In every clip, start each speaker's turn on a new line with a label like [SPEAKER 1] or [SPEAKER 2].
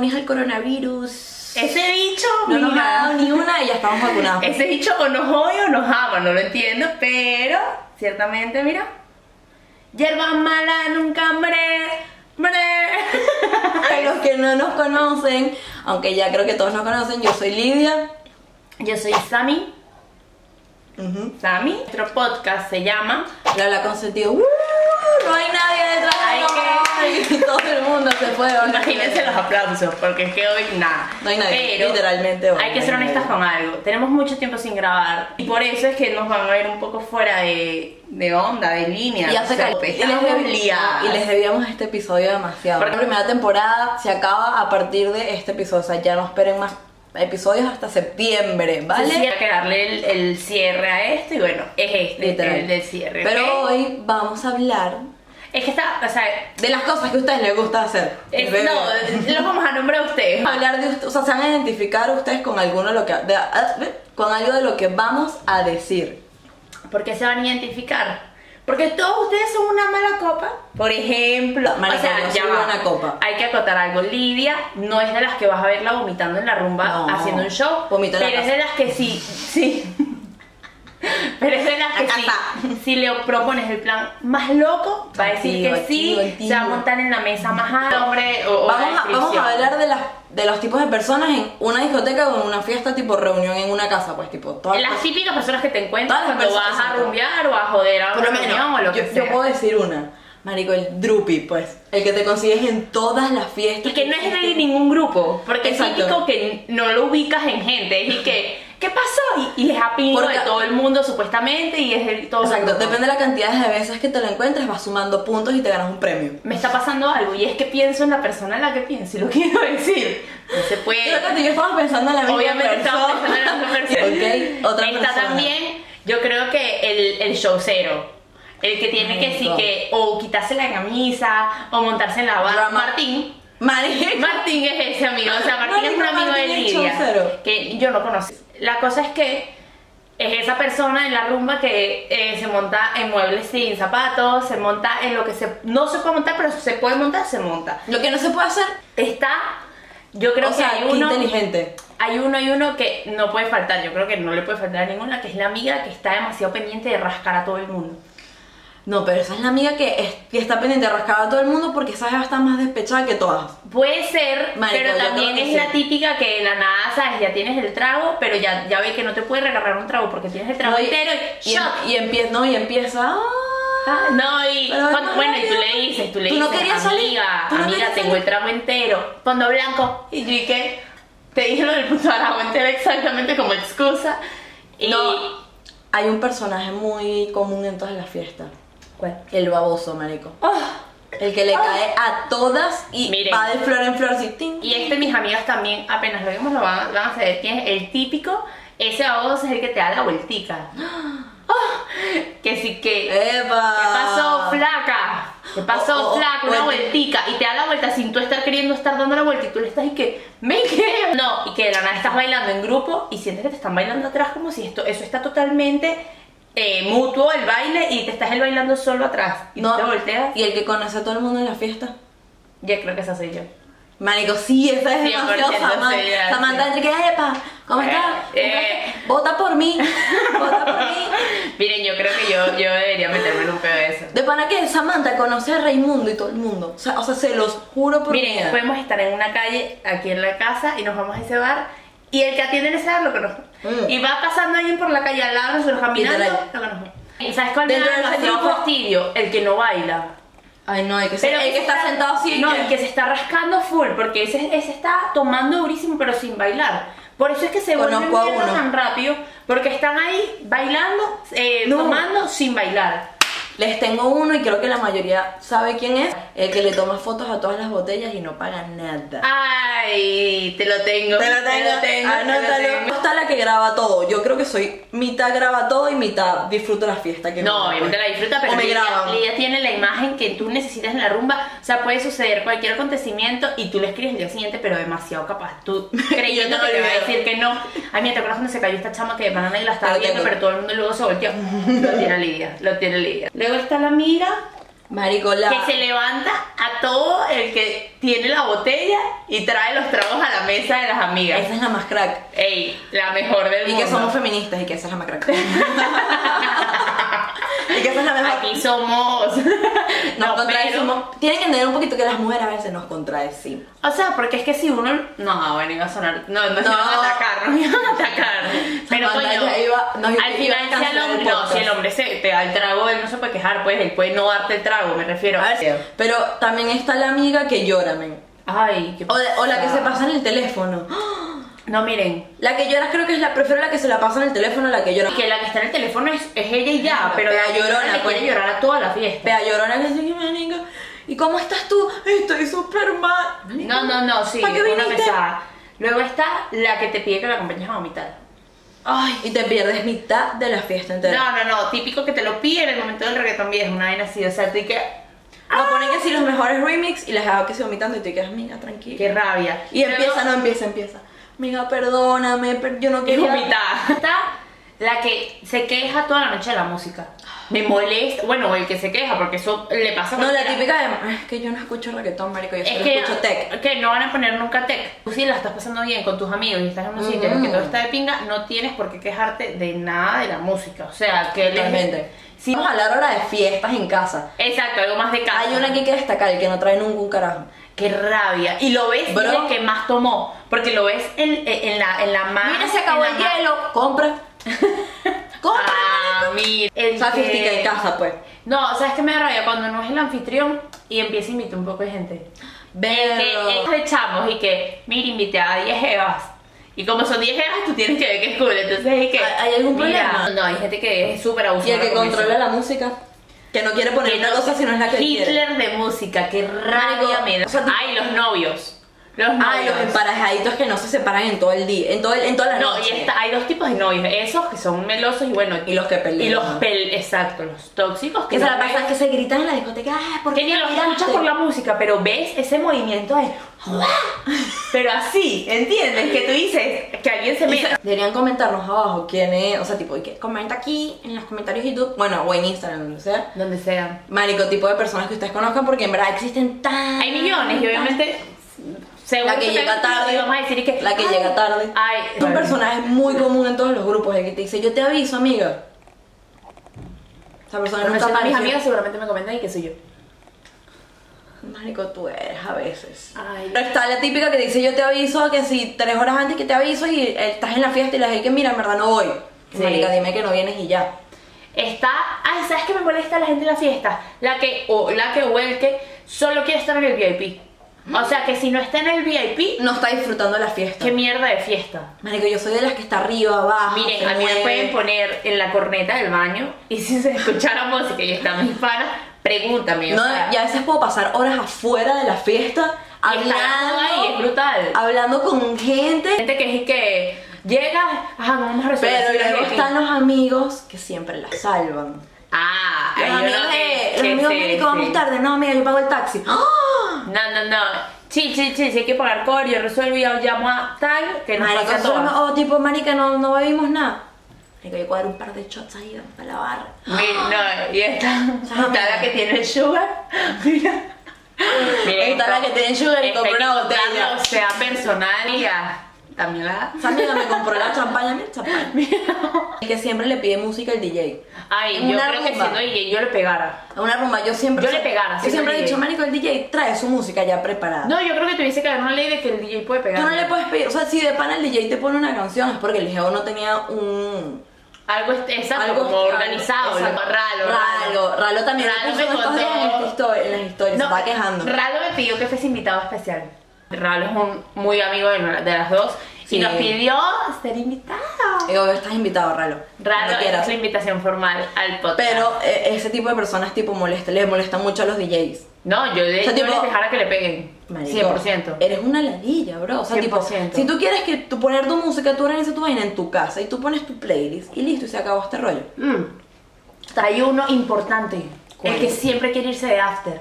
[SPEAKER 1] mija, el coronavirus.
[SPEAKER 2] Ese bicho,
[SPEAKER 1] No
[SPEAKER 2] Eh,
[SPEAKER 1] nos ha
[SPEAKER 2] mira. Eh,
[SPEAKER 1] dado ni una y ya estamos vacunados.
[SPEAKER 2] Ese bicho o nos odia o nos ama, no lo entiendo, pero ciertamente, mira. Hierba mala, nunca hambre. hambre.
[SPEAKER 1] Para
[SPEAKER 2] eh.
[SPEAKER 1] los que no nos conocen, aunque ya creo que todos nos conocen, yo soy Lidia.
[SPEAKER 2] Yo soy Sami.
[SPEAKER 1] Ujú.
[SPEAKER 2] Sami. Nuestro podcast se llama
[SPEAKER 1] La la consentido. ¡Uh! No hay nadie detrás
[SPEAKER 2] Ay,
[SPEAKER 1] de nosotros. Y todo el mundo se fue. ¿verdad?
[SPEAKER 2] Imagínense los aplausos, porque es que hoy nada.
[SPEAKER 1] No hay nadie,
[SPEAKER 2] Pero
[SPEAKER 1] literalmente hoy
[SPEAKER 2] Hay que
[SPEAKER 1] no
[SPEAKER 2] ser
[SPEAKER 1] hay
[SPEAKER 2] honestas
[SPEAKER 1] nadie.
[SPEAKER 2] con algo. Tenemos mucho tiempo sin grabar. Y por eso es que nos van a ver un poco fuera de, de onda, de línea.
[SPEAKER 1] Y
[SPEAKER 2] no
[SPEAKER 1] hace
[SPEAKER 2] sé,
[SPEAKER 1] calor. Y les,
[SPEAKER 2] estamos
[SPEAKER 1] debíamos, y
[SPEAKER 2] liadas.
[SPEAKER 1] les debíamos este episodio demasiado.
[SPEAKER 2] Porque-
[SPEAKER 1] la primera temporada se acaba a partir de este episodio. O sea, ya no esperen más episodios hasta septiembre, ¿vale?
[SPEAKER 2] Entonces, Hay que darle el, el cierre a esto y bueno, es este
[SPEAKER 1] Literal.
[SPEAKER 2] el del cierre.
[SPEAKER 1] Pero
[SPEAKER 2] ¿ok?
[SPEAKER 1] hoy vamos a hablar
[SPEAKER 2] es que está, o sea,
[SPEAKER 1] de las cosas que a ustedes les gusta hacer.
[SPEAKER 2] es-
[SPEAKER 1] Bebé.
[SPEAKER 2] no, ah. los vamos a nombrar a ustedes.
[SPEAKER 1] hablar de ustedes, o sea, se van a identificar ustedes con alguno de lo que de- ah, con algo de lo que vamos a decir.
[SPEAKER 2] ¿Por qué se van a identificar? Porque todos ustedes son una mala copa. Por ejemplo,
[SPEAKER 1] Marica, yo soy
[SPEAKER 2] va.
[SPEAKER 1] buena copa.
[SPEAKER 2] Hay que acotar algo. Lidia no es de las que vas a verla vomitando en la rumba
[SPEAKER 1] No.
[SPEAKER 2] haciendo un show.
[SPEAKER 1] Vomito en la
[SPEAKER 2] pero es de las que sí, sí. Pero es de las que
[SPEAKER 1] Acá
[SPEAKER 2] sí,
[SPEAKER 1] está.
[SPEAKER 2] si le propones el plan más loco, va a decir
[SPEAKER 1] Activo,
[SPEAKER 2] que sí,
[SPEAKER 1] activo, activo.
[SPEAKER 2] se va a montar en la mesa más alta, hombre, o, o la
[SPEAKER 1] Vamos a, vamos
[SPEAKER 2] descripción.
[SPEAKER 1] a hablar de las de los tipos de personas en una discoteca o en una fiesta tipo reunión en una casa, pues tipo todas
[SPEAKER 2] Las típicas personas que te encuentras
[SPEAKER 1] Todas las
[SPEAKER 2] cuando
[SPEAKER 1] personas
[SPEAKER 2] vas a
[SPEAKER 1] que se
[SPEAKER 2] rumbear o a joder a
[SPEAKER 1] Por
[SPEAKER 2] una
[SPEAKER 1] lo menos,
[SPEAKER 2] reunión o lo
[SPEAKER 1] yo,
[SPEAKER 2] que
[SPEAKER 1] yo
[SPEAKER 2] sea.
[SPEAKER 1] puedo decir una. Marico, el drupi, pues. El que te consigues en todas las fiestas. Este,
[SPEAKER 2] Y que no es de
[SPEAKER 1] existen.
[SPEAKER 2] ningún grupo, porque
[SPEAKER 1] Exacto.
[SPEAKER 2] es típico que no lo ubicas en gente, es y que, ¿qué pasó? Y, y es a pingo
[SPEAKER 1] Porque-
[SPEAKER 2] de todo el mundo supuestamente y es de todo el
[SPEAKER 1] Exacto,
[SPEAKER 2] grupo.
[SPEAKER 1] depende de la cantidad de veces que te lo encuentres, vas sumando puntos y te ganas un premio.
[SPEAKER 2] Me está pasando algo y es que pienso en la persona en la que pienso y lo quiero decir. No se puede.
[SPEAKER 1] Creo que tú y yo estamos pensando en la misma
[SPEAKER 2] Obviamente
[SPEAKER 1] persona.
[SPEAKER 2] estamos pensando en otra persona.
[SPEAKER 1] Ok, otra
[SPEAKER 2] Está
[SPEAKER 1] persona.
[SPEAKER 2] también, yo creo que el, el showcero. El que tiene que sí
[SPEAKER 1] Marico.
[SPEAKER 2] que o quitarse la camisa o montarse en la barra.
[SPEAKER 1] Drama.
[SPEAKER 2] Martín.
[SPEAKER 1] Marico.
[SPEAKER 2] Martín es ese amigo, o sea, Martín es un
[SPEAKER 1] Marico,
[SPEAKER 2] amigo de
[SPEAKER 1] Ah, Martín es
[SPEAKER 2] Lidia
[SPEAKER 1] chaucero.
[SPEAKER 2] que yo no conozco. La cosa es que es esa persona en la rumba que eh, se monta en muebles sin zapatos, se monta en lo que se no se puede montar, pero si se puede montar, se monta.
[SPEAKER 1] Lo que no se puede hacer.
[SPEAKER 2] Está, yo creo
[SPEAKER 1] o
[SPEAKER 2] que
[SPEAKER 1] sea,
[SPEAKER 2] hay
[SPEAKER 1] qué
[SPEAKER 2] uno,
[SPEAKER 1] inteligente.
[SPEAKER 2] hay uno, hay uno que no puede faltar. Yo creo que no le puede faltar a ninguna, que es la amiga que está demasiado pendiente de rascar a todo el mundo.
[SPEAKER 1] No, pero esa es la amiga que, es- que está pendiente rascada a todo el mundo porque esa jeva está más despechada que todas.
[SPEAKER 2] Puede ser,
[SPEAKER 1] Marico,
[SPEAKER 2] pero
[SPEAKER 1] yo
[SPEAKER 2] también
[SPEAKER 1] creo que
[SPEAKER 2] es
[SPEAKER 1] sí.
[SPEAKER 2] la típica que de la nada, ¿sabes? Ya tienes el trago, pero ya, ya ve que no te puede regalar un trago porque tienes el trago
[SPEAKER 1] No, y-
[SPEAKER 2] entero y,
[SPEAKER 1] Y,
[SPEAKER 2] shot.
[SPEAKER 1] em- y empieza, no, y empieza.
[SPEAKER 2] Ah,
[SPEAKER 1] "Ah".
[SPEAKER 2] no, y
[SPEAKER 1] Pero
[SPEAKER 2] cuando-
[SPEAKER 1] es
[SPEAKER 2] bueno, y tú
[SPEAKER 1] rápido.
[SPEAKER 2] le dices, tú le
[SPEAKER 1] Tú
[SPEAKER 2] dices,
[SPEAKER 1] no querías salir,
[SPEAKER 2] amiga,
[SPEAKER 1] tú no
[SPEAKER 2] amiga,
[SPEAKER 1] querías
[SPEAKER 2] tengo
[SPEAKER 1] salir".
[SPEAKER 2] el trago entero, fondo blanco. Y yo dije, te dije lo del puto trago entero exactamente como excusa. Y,
[SPEAKER 1] No, hay un personaje muy común en todas las fiestas.
[SPEAKER 2] ¿Cuál?
[SPEAKER 1] El baboso, marico.
[SPEAKER 2] Oh,
[SPEAKER 1] El que le cae a todas y
[SPEAKER 2] Miren.
[SPEAKER 1] va de flor en flor así. tin.
[SPEAKER 2] Y este, mis amigas también, apenas lo vemos, lo van, van a hacer. Tienes el típico, ese baboso es el que te da la vueltica. Oh, que sí que.
[SPEAKER 1] ¡Epa!
[SPEAKER 2] ¿Qué
[SPEAKER 1] Ah.
[SPEAKER 2] pasó, flaca? ¿Qué pasó,
[SPEAKER 1] O- o-
[SPEAKER 2] flaca? Una
[SPEAKER 1] o-
[SPEAKER 2] vueltica. Y te da la vuelta sin tú estar queriendo estar dando la vuelta. Y tú le estás y que, me quedo. No, y que de la nada estás bailando en grupo y sientes que te están bailando atrás como si esto, eso está totalmente eh, mutuo el baile y te estás el bailando solo atrás. Y
[SPEAKER 1] No,
[SPEAKER 2] tú te volteas.
[SPEAKER 1] Y el que conoce a todo el mundo en la fiesta.
[SPEAKER 2] Ya creo que esa soy yo.
[SPEAKER 1] Marico, sí, esa es
[SPEAKER 2] 100%
[SPEAKER 1] demasiado Samantha.
[SPEAKER 2] seriedad,
[SPEAKER 1] Samantha
[SPEAKER 2] sí.
[SPEAKER 1] Enrique, epa, ¿cómo estás?
[SPEAKER 2] Eh, eh.
[SPEAKER 1] Vota por mí, vota por mí.
[SPEAKER 2] Miren, yo creo que yo, yo debería meterme en un pedo de eso.
[SPEAKER 1] De pana que Samantha conoce a Raimundo y todo el mundo. O sea, o sea, se los juro por mi
[SPEAKER 2] Miren, pues,
[SPEAKER 1] vida.
[SPEAKER 2] podemos estar en una calle aquí en la casa y nos vamos a ese bar y el que atiende en ese bar lo conozco.
[SPEAKER 1] Mm.
[SPEAKER 2] Y va pasando alguien por la calle al lado, nosotros caminando,
[SPEAKER 1] Literal.
[SPEAKER 2] lo conozco. ¿Y ¿Sabes cuál me
[SPEAKER 1] Dentro
[SPEAKER 2] da
[SPEAKER 1] de ese
[SPEAKER 2] demasiado
[SPEAKER 1] grupo-
[SPEAKER 2] fastidio? El que no baila.
[SPEAKER 1] Ay, no, hay que ser. el que está, sentado así.
[SPEAKER 2] No, el que se está rascando full, porque ese, ese está tomando durísimo pero sin bailar. Por eso es que se vuelven
[SPEAKER 1] Conozco a
[SPEAKER 2] mierda
[SPEAKER 1] uno.
[SPEAKER 2] tan rápido, porque están ahí bailando, eh,
[SPEAKER 1] No.
[SPEAKER 2] tomando sin bailar.
[SPEAKER 1] Les tengo uno y creo que la mayoría sabe quién es. El que le toma fotos a todas las botellas y no paga nada.
[SPEAKER 2] Ay, te lo tengo. Ah, Te lo tengo. te lo tengo.
[SPEAKER 1] Ah, Anótalo. Está la que graba todo. Yo creo que soy mitad graba todo y mitad disfruto la fiesta. Que
[SPEAKER 2] No,
[SPEAKER 1] me pues.
[SPEAKER 2] obviamente la disfruta, pero
[SPEAKER 1] O me
[SPEAKER 2] Lidia,
[SPEAKER 1] graban.
[SPEAKER 2] Lidia tiene la imagen que tú necesitas en la rumba. O sea, puede suceder cualquier acontecimiento y tú le escribes el día siguiente, pero demasiado capaz. Tú creyendo
[SPEAKER 1] Yo te
[SPEAKER 2] que le va a
[SPEAKER 1] olvido.
[SPEAKER 2] decir que no. Ay, mira, ¿te acuerdas cuando se cayó esta chama que de banana y la estaba
[SPEAKER 1] Te lo
[SPEAKER 2] viendo,
[SPEAKER 1] tengo.
[SPEAKER 2] pero todo el mundo luego se volteó? Lo tiene Lidia, lo tiene Lidia. Luego está la amiga
[SPEAKER 1] Marico, la...
[SPEAKER 2] que se levanta a todo el que tiene la botella y trae los tragos a la mesa de las amigas.
[SPEAKER 1] Esa es la más crack.
[SPEAKER 2] Ey, la mejor del
[SPEAKER 1] Y
[SPEAKER 2] mundo.
[SPEAKER 1] que somos feministas y que esa es la más crack. y que esa es la mejor.
[SPEAKER 2] Aquí somos.
[SPEAKER 1] Nos
[SPEAKER 2] No,
[SPEAKER 1] contradecimos.
[SPEAKER 2] pero-
[SPEAKER 1] Tienen que entender un poquito que las mujeres a veces nos contradecimos.
[SPEAKER 2] O sea, porque es que si uno. No, ah, bueno, iba a sonar. No, no,
[SPEAKER 1] No.
[SPEAKER 2] iban a atacar, no iban a atacar. Pero
[SPEAKER 1] Samantha
[SPEAKER 2] coño,
[SPEAKER 1] ya iba- no, iba-
[SPEAKER 2] al
[SPEAKER 1] iba
[SPEAKER 2] final,
[SPEAKER 1] a
[SPEAKER 2] si,
[SPEAKER 1] cancelar
[SPEAKER 2] el
[SPEAKER 1] el
[SPEAKER 2] hombre, no,
[SPEAKER 1] podcast.
[SPEAKER 2] si el hombre se te da el trago, él no se puede quejar, pues él puede no darte el trago, me refiero.
[SPEAKER 1] A ver, pero también está la amiga que llora, men.
[SPEAKER 2] Ay, qué
[SPEAKER 1] O, de- o la que
[SPEAKER 2] pasa.
[SPEAKER 1] se pasa en el teléfono.
[SPEAKER 2] No, miren.
[SPEAKER 1] La que llora creo que es la, prefiero la que se la pasa en el teléfono a la que llora.
[SPEAKER 2] Y que la que está en el teléfono es, es ella y ya,
[SPEAKER 1] La
[SPEAKER 2] pero
[SPEAKER 1] pea
[SPEAKER 2] la que
[SPEAKER 1] llorona,
[SPEAKER 2] le
[SPEAKER 1] pues.
[SPEAKER 2] quiere llorar a toda la fiesta.
[SPEAKER 1] Vea, llorona que dice, marico, ¿y cómo estás tú? Estoy súper mal.
[SPEAKER 2] No, no, no, sí.
[SPEAKER 1] ¿Para qué
[SPEAKER 2] una
[SPEAKER 1] viniste?
[SPEAKER 2] pesada. Luego está la que te pide que la acompañes a vomitar.
[SPEAKER 1] Ay, y te pierdes mitad de la fiesta entera.
[SPEAKER 2] No, no, no, típico que te lo pide en el momento del reggaetón viejo, una vaina así, o sea, tú y que,
[SPEAKER 1] Nos ponen que sí los mejores remix y las hago que se vomitando y te quedas, mira, tranquila.
[SPEAKER 2] qué rabia.
[SPEAKER 1] Y
[SPEAKER 2] Luego-
[SPEAKER 1] empieza, no empieza, empieza. Mira, perdóname, pero yo no
[SPEAKER 2] que
[SPEAKER 1] quería.
[SPEAKER 2] vomitar. Está la que se queja toda la noche de la música. Me molesta, bueno, el que se queja, porque eso le pasa a
[SPEAKER 1] No, la
[SPEAKER 2] cualquiera.
[SPEAKER 1] típica de, "Ay, es que yo no escucho reggaetón, marico, yo
[SPEAKER 2] Es
[SPEAKER 1] solo
[SPEAKER 2] que,
[SPEAKER 1] escucho tech.
[SPEAKER 2] que no van a poner nunca tech. Tú sí la estás pasando bien con tus amigos y estás en unos sitios en que
[SPEAKER 1] Ujú.
[SPEAKER 2] todo está de pinga, no tienes por qué quejarte de nada de la música. O sea, que les-
[SPEAKER 1] Totalmente.
[SPEAKER 2] Sí,
[SPEAKER 1] Vamos a hablar ahora de fiestas en casa.
[SPEAKER 2] exacto, algo más de casa.
[SPEAKER 1] Hay una que hay que destacar, el que no trae nunca un carajo.
[SPEAKER 2] Qué rabia. Y lo ves
[SPEAKER 1] Bro.
[SPEAKER 2] el que más tomó. Porque lo ves en, eh, en la, Ah, en la mano.
[SPEAKER 1] Mira, se acabó el hielo. Compra. Compra.
[SPEAKER 2] Ah, mira. El
[SPEAKER 1] Sofistica
[SPEAKER 2] que-
[SPEAKER 1] en casa, pues.
[SPEAKER 2] No, ¿sabes qué me da rabia? Cuando no es el anfitrión y empieza a invitar un poco de gente. Que
[SPEAKER 1] Pero.
[SPEAKER 2] nos echamos y que, mira, invité a 10 jevas. Y como son 10 jevas, tú tienes que ver que es cool. Entonces es que.
[SPEAKER 1] ¿Hay- hay algún
[SPEAKER 2] mira,
[SPEAKER 1] problema?
[SPEAKER 2] No, hay gente que es súper
[SPEAKER 1] Y
[SPEAKER 2] abusiva.
[SPEAKER 1] el que controla la música. Que no quiere poner una cosa si no es la que
[SPEAKER 2] Hitler
[SPEAKER 1] quiere.
[SPEAKER 2] de música, qué rabia
[SPEAKER 1] Marico,
[SPEAKER 2] me da.
[SPEAKER 1] o sea, tú-
[SPEAKER 2] Ay, los novios. Los novios.
[SPEAKER 1] Ay, los emparejaditos que no se separan en todo el día, en, todo el- en toda la
[SPEAKER 2] No,
[SPEAKER 1] noche.
[SPEAKER 2] y está- hay dos tipos de novios, esos que son melosos y bueno,
[SPEAKER 1] Y los que pelean.
[SPEAKER 2] Y los pel- exacto, los tóxicos
[SPEAKER 1] Que se la
[SPEAKER 2] no
[SPEAKER 1] pasan,
[SPEAKER 2] ven-
[SPEAKER 1] que se gritan en la discoteca. Ay, ¿por
[SPEAKER 2] que
[SPEAKER 1] qué
[SPEAKER 2] ni los
[SPEAKER 1] me miraste?"
[SPEAKER 2] escuchas por la música, pero ves ese movimiento de ¡guau! pero así, ¿entiendes? Que tú dices que alguien se
[SPEAKER 1] Y se-
[SPEAKER 2] meta.
[SPEAKER 1] Deberían comentarnos abajo quién es, o sea, tipo, y que comenta aquí en los comentarios y tú, bueno, o en Instagram, donde sea,
[SPEAKER 2] Donde sea.
[SPEAKER 1] marico, tipo de personas que ustedes conozcan, porque en verdad existen tan...
[SPEAKER 2] Hay millones y obviamente seguro
[SPEAKER 1] La que
[SPEAKER 2] tengo
[SPEAKER 1] llega
[SPEAKER 2] un
[SPEAKER 1] tarde.
[SPEAKER 2] amigo, vamos a decir y que
[SPEAKER 1] La que
[SPEAKER 2] "Ay,
[SPEAKER 1] llega tarde.
[SPEAKER 2] Ay,
[SPEAKER 1] es un personaje muy común en todos los grupos, el que te dice, yo te aviso, amiga. Esa persona nunca
[SPEAKER 2] Nunca mis
[SPEAKER 1] apareció.
[SPEAKER 2] amigos seguramente me comentan y que soy yo.
[SPEAKER 1] Marico, tú eres a veces.
[SPEAKER 2] Ay.
[SPEAKER 1] Pero está la típica que dice, yo te aviso, que si tres horas antes que te aviso y eh, estás en la fiesta y le dije que mira, en verdad no voy.
[SPEAKER 2] Sí.
[SPEAKER 1] Marica, dime que no vienes y ya.
[SPEAKER 2] Está, ay, ¿sabes qué me molesta la gente en la fiesta? La que, o la que o el que solo quiere estar en el VIP. O sea, que si no está en el VIP,
[SPEAKER 1] No está disfrutando la fiesta.
[SPEAKER 2] qué mierda de fiesta.
[SPEAKER 1] Marico, yo soy de las que está arriba, abajo. Ah, se
[SPEAKER 2] Miren, a mí me
[SPEAKER 1] mueve.
[SPEAKER 2] pueden poner en la corneta del baño y si se escuchara música y están mis panas, pregúntame. o
[SPEAKER 1] No,
[SPEAKER 2] sea,
[SPEAKER 1] y a veces puedo pasar horas afuera de la fiesta
[SPEAKER 2] Y está la
[SPEAKER 1] hablando.
[SPEAKER 2] joda y es brutal.
[SPEAKER 1] Hablando con gente.
[SPEAKER 2] gente que es que llega, ajá, no vamos a resolver.
[SPEAKER 1] Pero
[SPEAKER 2] si no es
[SPEAKER 1] luego
[SPEAKER 2] VIP.
[SPEAKER 1] están los amigos que siempre la salvan.
[SPEAKER 2] Ah,
[SPEAKER 1] Los
[SPEAKER 2] ahí yo
[SPEAKER 1] amigos
[SPEAKER 2] no
[SPEAKER 1] de.
[SPEAKER 2] sé,
[SPEAKER 1] Los
[SPEAKER 2] sí,
[SPEAKER 1] amigos
[SPEAKER 2] sí,
[SPEAKER 1] médicos, vamos
[SPEAKER 2] sí.
[SPEAKER 1] tarde. No, amiga, yo pago el taxi. ¡Ah!
[SPEAKER 2] No, no, no. Sí, sí, sí, si hay que pagar core, yo resuelvo y yo llamo a tal, que nos
[SPEAKER 1] Marica,
[SPEAKER 2] pasa a
[SPEAKER 1] solo
[SPEAKER 2] todas.
[SPEAKER 1] no- oh, tipo, marica, no, no bebimos nada. Marica, yo cuadro un par de shots ahí para la barra.
[SPEAKER 2] Mi- no, y esta, esta la que tiene el sugar. Mira. Mira,
[SPEAKER 1] Esta la que tiene sugar y
[SPEAKER 2] esta
[SPEAKER 1] compró
[SPEAKER 2] hay que
[SPEAKER 1] una botella.
[SPEAKER 2] contarlo, O sea, personal y ya. También la.
[SPEAKER 1] Esa amiga me compró la champaña, mira, champaña. El que siempre le pide música al DJ.
[SPEAKER 2] Ay,
[SPEAKER 1] En
[SPEAKER 2] yo
[SPEAKER 1] una
[SPEAKER 2] creo que
[SPEAKER 1] rumba.
[SPEAKER 2] siendo DJ yo le pegara.
[SPEAKER 1] A una rumba yo siempre...
[SPEAKER 2] Yo le pegara,
[SPEAKER 1] Yo
[SPEAKER 2] siempre
[SPEAKER 1] siempre he
[SPEAKER 2] al
[SPEAKER 1] dicho,
[SPEAKER 2] DJ.
[SPEAKER 1] marico, el DJ trae su música ya preparada.
[SPEAKER 2] No, yo creo que tuviese que haber una ley de que el DJ puede pegar.
[SPEAKER 1] Tú no le puedes pedir... O sea, si de pana el DJ te pone una canción es porque el DJ no tenía un...
[SPEAKER 2] Algo est- exacto,
[SPEAKER 1] Algo
[SPEAKER 2] como organizado,
[SPEAKER 1] Exacto.
[SPEAKER 2] lo- ralo,
[SPEAKER 1] Ralo, ralo también.
[SPEAKER 2] Ralo
[SPEAKER 1] Lo
[SPEAKER 2] me
[SPEAKER 1] puso en estos días en
[SPEAKER 2] contó.
[SPEAKER 1] las histo- en las historias, se estaba quejando.
[SPEAKER 2] Ralo me pidió que fuese invitado especial. Ralo es un muy amigo de, de las dos.
[SPEAKER 1] Sí.
[SPEAKER 2] Y nos pidió ser invitado.
[SPEAKER 1] Y obvio, estás invitado, Ralo.
[SPEAKER 2] Ralo eh,
[SPEAKER 1] Cuando
[SPEAKER 2] es
[SPEAKER 1] quieras.
[SPEAKER 2] la invitación formal al podcast.
[SPEAKER 1] Pero eh, ese tipo de personas tipo molesta, les molesta mucho a los DJs.
[SPEAKER 2] No, yo, le,
[SPEAKER 1] O sea,
[SPEAKER 2] yo
[SPEAKER 1] tipo-
[SPEAKER 2] les dejara que le peguen.
[SPEAKER 1] Marico, eh,
[SPEAKER 2] 100%.
[SPEAKER 1] Eres una ladilla, bro. O sea, tipo,
[SPEAKER 2] 100%.
[SPEAKER 1] si tú quieres que tú poner tu música, tú organizas tu vaina en tu casa y tú pones tu playlist y listo, y se acabó este rollo.
[SPEAKER 2] Mm. Hay uno importante.
[SPEAKER 1] ¿Cuál?
[SPEAKER 2] El que siempre quiere irse de after.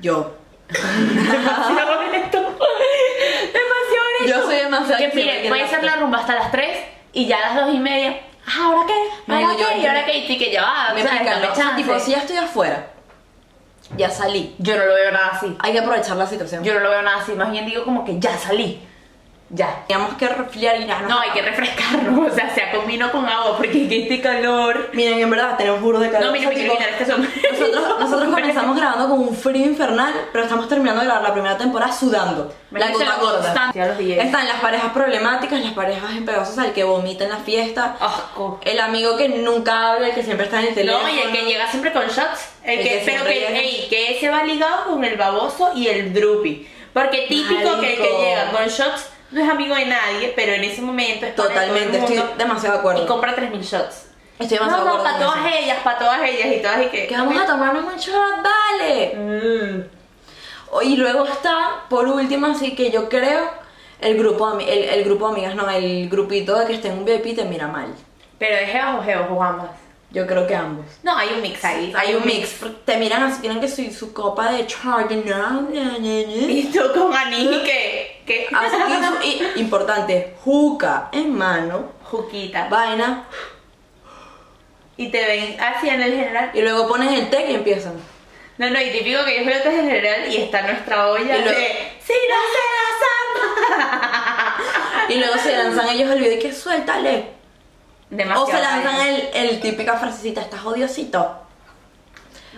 [SPEAKER 1] Yo.
[SPEAKER 2] Demasiado honesto. Demasiado honesto.
[SPEAKER 1] Yo soy demasiado
[SPEAKER 2] Que
[SPEAKER 1] que siempre
[SPEAKER 2] mire,
[SPEAKER 1] quiere
[SPEAKER 2] puede
[SPEAKER 1] el
[SPEAKER 2] ser la
[SPEAKER 1] after.
[SPEAKER 2] rumba hasta las 3 y ya a las 2 y media. "Ah, ¿Ahora qué?
[SPEAKER 1] Marico,
[SPEAKER 2] ¿Ahora
[SPEAKER 1] yo-
[SPEAKER 2] qué? ¿Y ahora qué? Y tú que ya va.
[SPEAKER 1] Me
[SPEAKER 2] Ah, o sea,
[SPEAKER 1] explica,
[SPEAKER 2] dame
[SPEAKER 1] ¿no? O sea,
[SPEAKER 2] chance.
[SPEAKER 1] tipo, si ya estoy afuera ya salí.
[SPEAKER 2] Yo no lo veo nada así.
[SPEAKER 1] Hay que aprovechar la situación.
[SPEAKER 2] Yo no lo veo nada así. Más bien digo como que ya salí. Ya.
[SPEAKER 1] Teníamos que resfriar y ya
[SPEAKER 2] No, hay que refrescarnos. O sea, se combinó con agua porque es que este calor.
[SPEAKER 1] Miren, en verdad, tenemos burro de calor.
[SPEAKER 2] No, mira,
[SPEAKER 1] O sea,
[SPEAKER 2] me quiero quitar
[SPEAKER 1] tipo,
[SPEAKER 2] este sombrero.
[SPEAKER 1] Nosotros, nosotros comenzamos grabando con un frío infernal, pero estamos terminando de grabar la primera temporada sudando.
[SPEAKER 2] Me
[SPEAKER 1] la
[SPEAKER 2] dice
[SPEAKER 1] gota
[SPEAKER 2] la
[SPEAKER 1] gorda.
[SPEAKER 2] constancia, los DJs.
[SPEAKER 1] Están las parejas problemáticas, las parejas empegosas, el que vomita en la fiesta,
[SPEAKER 2] Asco.
[SPEAKER 1] el amigo que nunca habla, el que siempre está en el teléfono.
[SPEAKER 2] No, y el que llega siempre con shots. El
[SPEAKER 1] El
[SPEAKER 2] que,
[SPEAKER 1] que
[SPEAKER 2] pero
[SPEAKER 1] siempre
[SPEAKER 2] que,
[SPEAKER 1] llega.
[SPEAKER 2] ey, que ese va ligado con el baboso y el droopy. Porque típico que el que
[SPEAKER 1] Marico.
[SPEAKER 2] llega con shots no es amigo de nadie, pero en ese momento es para todo el
[SPEAKER 1] Totalmente, estoy
[SPEAKER 2] mundo
[SPEAKER 1] demasiado de acuerdo.
[SPEAKER 2] Y compra 3.000 shots.
[SPEAKER 1] Estoy demasiado
[SPEAKER 2] no, no,
[SPEAKER 1] gorda
[SPEAKER 2] para
[SPEAKER 1] con
[SPEAKER 2] todas
[SPEAKER 1] eso.
[SPEAKER 2] ellas, para todas ellas y todas y que. mm.
[SPEAKER 1] Que vamos a tomarnos un shot, vale. O- Y luego está, por último, así que yo creo, el grupo, de ami- el, el grupo de amigas, no, el grupito de que esté en un VIP te mira mal.
[SPEAKER 2] Pero es jebas o jebas o ambas.
[SPEAKER 1] Yo creo que ambos.
[SPEAKER 2] No, hay un mix ahí.
[SPEAKER 1] Hay un mix, porque te miran así, tienen que su, su copa de Chardonnay.
[SPEAKER 2] Y tú con anís que. que
[SPEAKER 1] Así que eso- y, importante, juca en mano,
[SPEAKER 2] Juquita.
[SPEAKER 1] vaina,
[SPEAKER 2] Y te ven así en el general.
[SPEAKER 1] y luego pones el té y empiezan.
[SPEAKER 2] No, no, y típico que yo veo que es el general y está nuestra olla
[SPEAKER 1] Y luego-
[SPEAKER 2] de ¡Sí, no se la zapa!
[SPEAKER 1] Y luego se lanzan ellos el video y que suéltale.
[SPEAKER 2] Demasiado.
[SPEAKER 1] O se lanzan
[SPEAKER 2] vaina.
[SPEAKER 1] el, el típica frasecita, estás odiosito.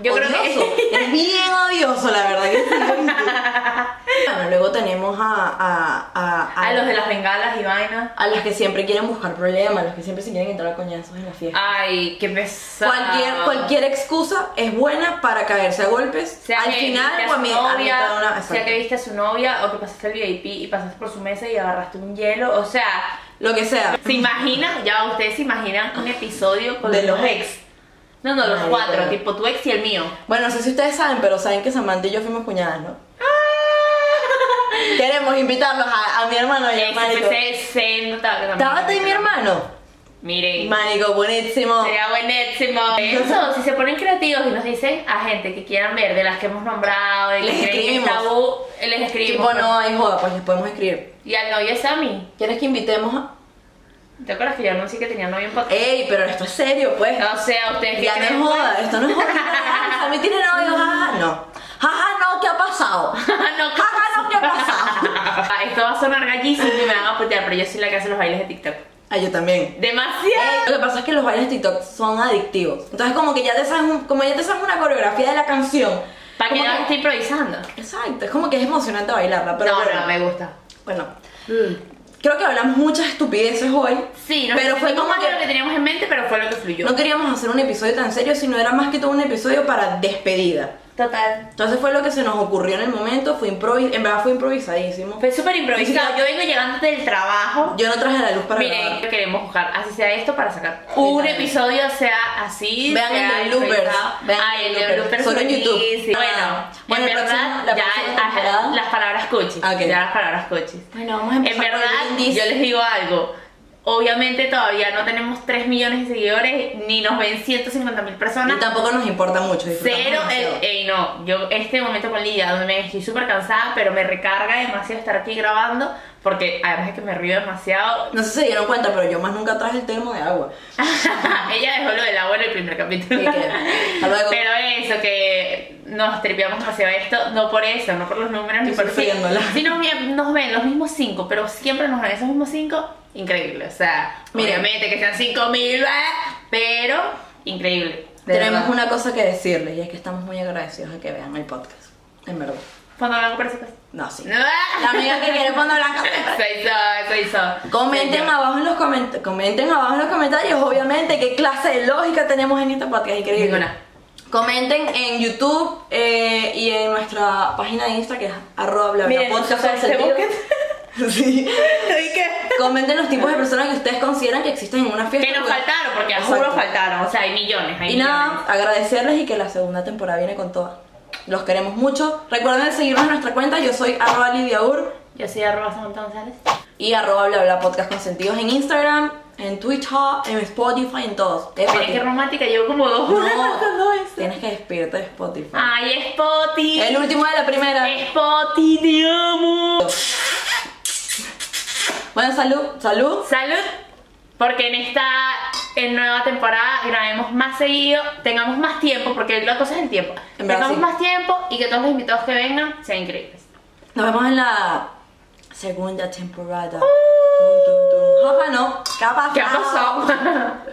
[SPEAKER 2] Yo creo
[SPEAKER 1] Odioso.
[SPEAKER 2] que.
[SPEAKER 1] es bien odioso, la verdad que sí. Bueno, luego tenemos a, a, a, a-
[SPEAKER 2] A los de las bengalas y vainas.
[SPEAKER 1] a las que siempre quieren buscar problemas, a los que siempre se quieren entrar a coñazos en la fiesta.
[SPEAKER 2] Ay, qué pesado.
[SPEAKER 1] Cualquier, cualquier excusa es buena para caerse a golpes.
[SPEAKER 2] Sea
[SPEAKER 1] Al
[SPEAKER 2] que
[SPEAKER 1] final,
[SPEAKER 2] viste
[SPEAKER 1] o
[SPEAKER 2] a
[SPEAKER 1] a
[SPEAKER 2] su
[SPEAKER 1] mi- a
[SPEAKER 2] novia,
[SPEAKER 1] mitad de una.
[SPEAKER 2] sea que
[SPEAKER 1] exacto.
[SPEAKER 2] viste a su novia o que pasaste el VIP y pasaste por su mesa y agarraste un hielo. O sea,
[SPEAKER 1] Lo que sea.
[SPEAKER 2] ¿Se imaginan? Ya ustedes se imaginan un episodio con
[SPEAKER 1] De
[SPEAKER 2] los
[SPEAKER 1] los
[SPEAKER 2] ex. No, no, los
[SPEAKER 1] Marico.
[SPEAKER 2] cuatro, tipo tu ex y el mío.
[SPEAKER 1] Bueno, no sé si ustedes saben, pero saben que Samantha y yo fuimos cuñadas, ¿no? Queremos invitarlos a, a mi hermano y a mi Ah. marico.
[SPEAKER 2] XFC, Senta, que también-
[SPEAKER 1] Tabata y mi hermano.
[SPEAKER 2] Miren,
[SPEAKER 1] Manico, buenísimo.
[SPEAKER 2] sería buenísimo. Eso, si se ponen creativos y nos dicen a gente que quieran ver, de las que hemos nombrado, de que
[SPEAKER 1] Les
[SPEAKER 2] creen que es
[SPEAKER 1] escribimos.
[SPEAKER 2] tabú, eh, les escribimos.
[SPEAKER 1] Tipo, no hay joda, pues les podemos escribir.
[SPEAKER 2] Y al novio Sammy.
[SPEAKER 1] ¿Quieres que invitemos a.?
[SPEAKER 2] ¿Te acuerdas que yo no sé que tenía novio en podcast?
[SPEAKER 1] ¡Ey, pero esto es serio, pues!
[SPEAKER 2] O sea, ustedes que
[SPEAKER 1] Eh, ya no es
[SPEAKER 2] creen,
[SPEAKER 1] joda, esto no es joda. A mí tiene novio, jaja, no. Jaja, no, ¿qué ha
[SPEAKER 2] no,
[SPEAKER 1] pasado? Jaja, no, ¿qué ha pasado?
[SPEAKER 2] Ah, Esto va a sonar gallísimo y me van a putear, pero yo soy la que hace los bailes de TikTok.
[SPEAKER 1] Ah, yo también.
[SPEAKER 2] ¡Demasiado!
[SPEAKER 1] Lo que pasa es que los bailes TikTok son adictivos. Entonces como que ya te sabes, un- como ya te sabes una coreografía de la canción.
[SPEAKER 2] ¿Para qué
[SPEAKER 1] como
[SPEAKER 2] no estoy improvisando?
[SPEAKER 1] Exacto, es como que es emocionante bailarla, pero
[SPEAKER 2] no,
[SPEAKER 1] bueno.
[SPEAKER 2] no, me gusta.
[SPEAKER 1] Bueno, creo que hablamos muchas estupideces hoy.
[SPEAKER 2] Sí, no
[SPEAKER 1] pero fue como
[SPEAKER 2] lo que
[SPEAKER 1] que
[SPEAKER 2] teníamos en mente, pero fue lo que fluyó.
[SPEAKER 1] no queríamos hacer un episodio tan serio, sino era más que todo un episodio para despedida.
[SPEAKER 2] Total.
[SPEAKER 1] Entonces fue lo que se nos ocurrió en el momento, fue improvis en verdad fue improvisadísimo.
[SPEAKER 2] Fue súper improvisado. Yo vengo llegando del trabajo.
[SPEAKER 1] Yo no traje la luz para
[SPEAKER 2] Miren,
[SPEAKER 1] grabar.
[SPEAKER 2] queremos jugar, así sea esto, para sacar un
[SPEAKER 1] Literal.
[SPEAKER 2] episodio, sea así.
[SPEAKER 1] Vean el
[SPEAKER 2] sea
[SPEAKER 1] de bloopers,
[SPEAKER 2] improvisado.
[SPEAKER 1] vean
[SPEAKER 2] Ay, el de bloopers.
[SPEAKER 1] Solo en
[SPEAKER 2] fue
[SPEAKER 1] YouTube.
[SPEAKER 2] buenísimo.
[SPEAKER 1] Ah.
[SPEAKER 2] Bueno,
[SPEAKER 1] Bueno,
[SPEAKER 2] en
[SPEAKER 1] el próximo-
[SPEAKER 2] verdad,
[SPEAKER 1] la
[SPEAKER 2] ya
[SPEAKER 1] próxima
[SPEAKER 2] ajá,
[SPEAKER 1] temporada. Ah,
[SPEAKER 2] las palabras coches.
[SPEAKER 1] Ok.
[SPEAKER 2] Ya las palabras coches.
[SPEAKER 1] Bueno, vamos a
[SPEAKER 2] En
[SPEAKER 1] empezar
[SPEAKER 2] verdad,
[SPEAKER 1] con el brindis.
[SPEAKER 2] yo les digo algo. Obviamente todavía no tenemos 3 millones de seguidores, ni nos ven 150 mil personas.
[SPEAKER 1] Y tampoco nos importa mucho. disfrutamos
[SPEAKER 2] Cero,
[SPEAKER 1] demasiado.
[SPEAKER 2] el, ey, no, yo este momento con Lidia, donde me estoy súper cansada, pero me recarga demasiado estar aquí grabando, porque además es que me río demasiado.
[SPEAKER 1] No sé si se dieron cuenta, pero yo más nunca traje el termo de agua.
[SPEAKER 2] Ella dejó lo del agua en el primer capítulo.
[SPEAKER 1] Sí, que- hasta luego.
[SPEAKER 2] Pero eso, que nos tripeamos demasiado esto, no por eso, no por los números, ni
[SPEAKER 1] Estoy
[SPEAKER 2] por si,
[SPEAKER 1] sufriéndola.
[SPEAKER 2] si nos, ven- nos ven los mismos cinco, pero siempre nos ven esos mismos cinco, increíble. O sea,
[SPEAKER 1] Mira.
[SPEAKER 2] obviamente que sean cinco mil, ah, pero increíble. de
[SPEAKER 1] Tenemos
[SPEAKER 2] verdad.
[SPEAKER 1] una cosa que decirles y es que estamos muy agradecidos a que vean el podcast. En verdad.
[SPEAKER 2] Cuando hablamos por esas cosas.
[SPEAKER 1] No, sí.
[SPEAKER 2] Ah.
[SPEAKER 1] La amiga que quiere cuando blanca.
[SPEAKER 2] Soy yo, soy yo.
[SPEAKER 1] Comenten
[SPEAKER 2] Soy yo.
[SPEAKER 1] abajo en los comentarios. Comenten abajo en los comentarios, obviamente, qué clase de lógica tenemos en este podcast. Increíble.
[SPEAKER 2] Ninguna.
[SPEAKER 1] Comenten en YouTube eh, y en nuestra página de Insta que es arroba bla, bla,
[SPEAKER 2] Miren,
[SPEAKER 1] podcast con
[SPEAKER 2] nosotros
[SPEAKER 1] sentido.
[SPEAKER 2] busquen.
[SPEAKER 1] Sí.
[SPEAKER 2] ¿Y qué?
[SPEAKER 1] Comenten los tipos de personas que ustedes consideran que existen en una fiesta.
[SPEAKER 2] Que nos faltaron, porque a
[SPEAKER 1] Exacto.
[SPEAKER 2] juro faltaron. O sea, hay millones, hay
[SPEAKER 1] Y
[SPEAKER 2] millones.
[SPEAKER 1] nada, agradecerles y que la segunda temporada viene con toda. Los queremos mucho. Recuerden seguirnos en nuestra cuenta. Yo soy arroba lidiaur
[SPEAKER 2] Yo soy arroba Samantha González.
[SPEAKER 1] y arroba bla bla podcast consentidos en Instagram, en Twitter, en Spotify, en todos. Eh,
[SPEAKER 2] Miren
[SPEAKER 1] Pati,
[SPEAKER 2] qué romántica, llevo como dos horas
[SPEAKER 1] no,
[SPEAKER 2] hablando de eso.
[SPEAKER 1] tienes que despedirte de Spotify.
[SPEAKER 2] Ay, Spotty.
[SPEAKER 1] El último de la primera.
[SPEAKER 2] Spotty, te amo.
[SPEAKER 1] Bueno, salud, salud.
[SPEAKER 2] Salud, porque en esta en nueva temporada grabemos más seguido, tengamos más tiempo, porque la cosa es el tiempo.
[SPEAKER 1] En verdad,
[SPEAKER 2] tengamos
[SPEAKER 1] sí.
[SPEAKER 2] más tiempo y que todos los invitados que vengan sean increíbles.
[SPEAKER 1] Nos vemos en la segunda temporada. Tum, tum, tum. Jafa no. Uh. ¿Qué ha pasado?
[SPEAKER 2] ¿Qué ha pasado?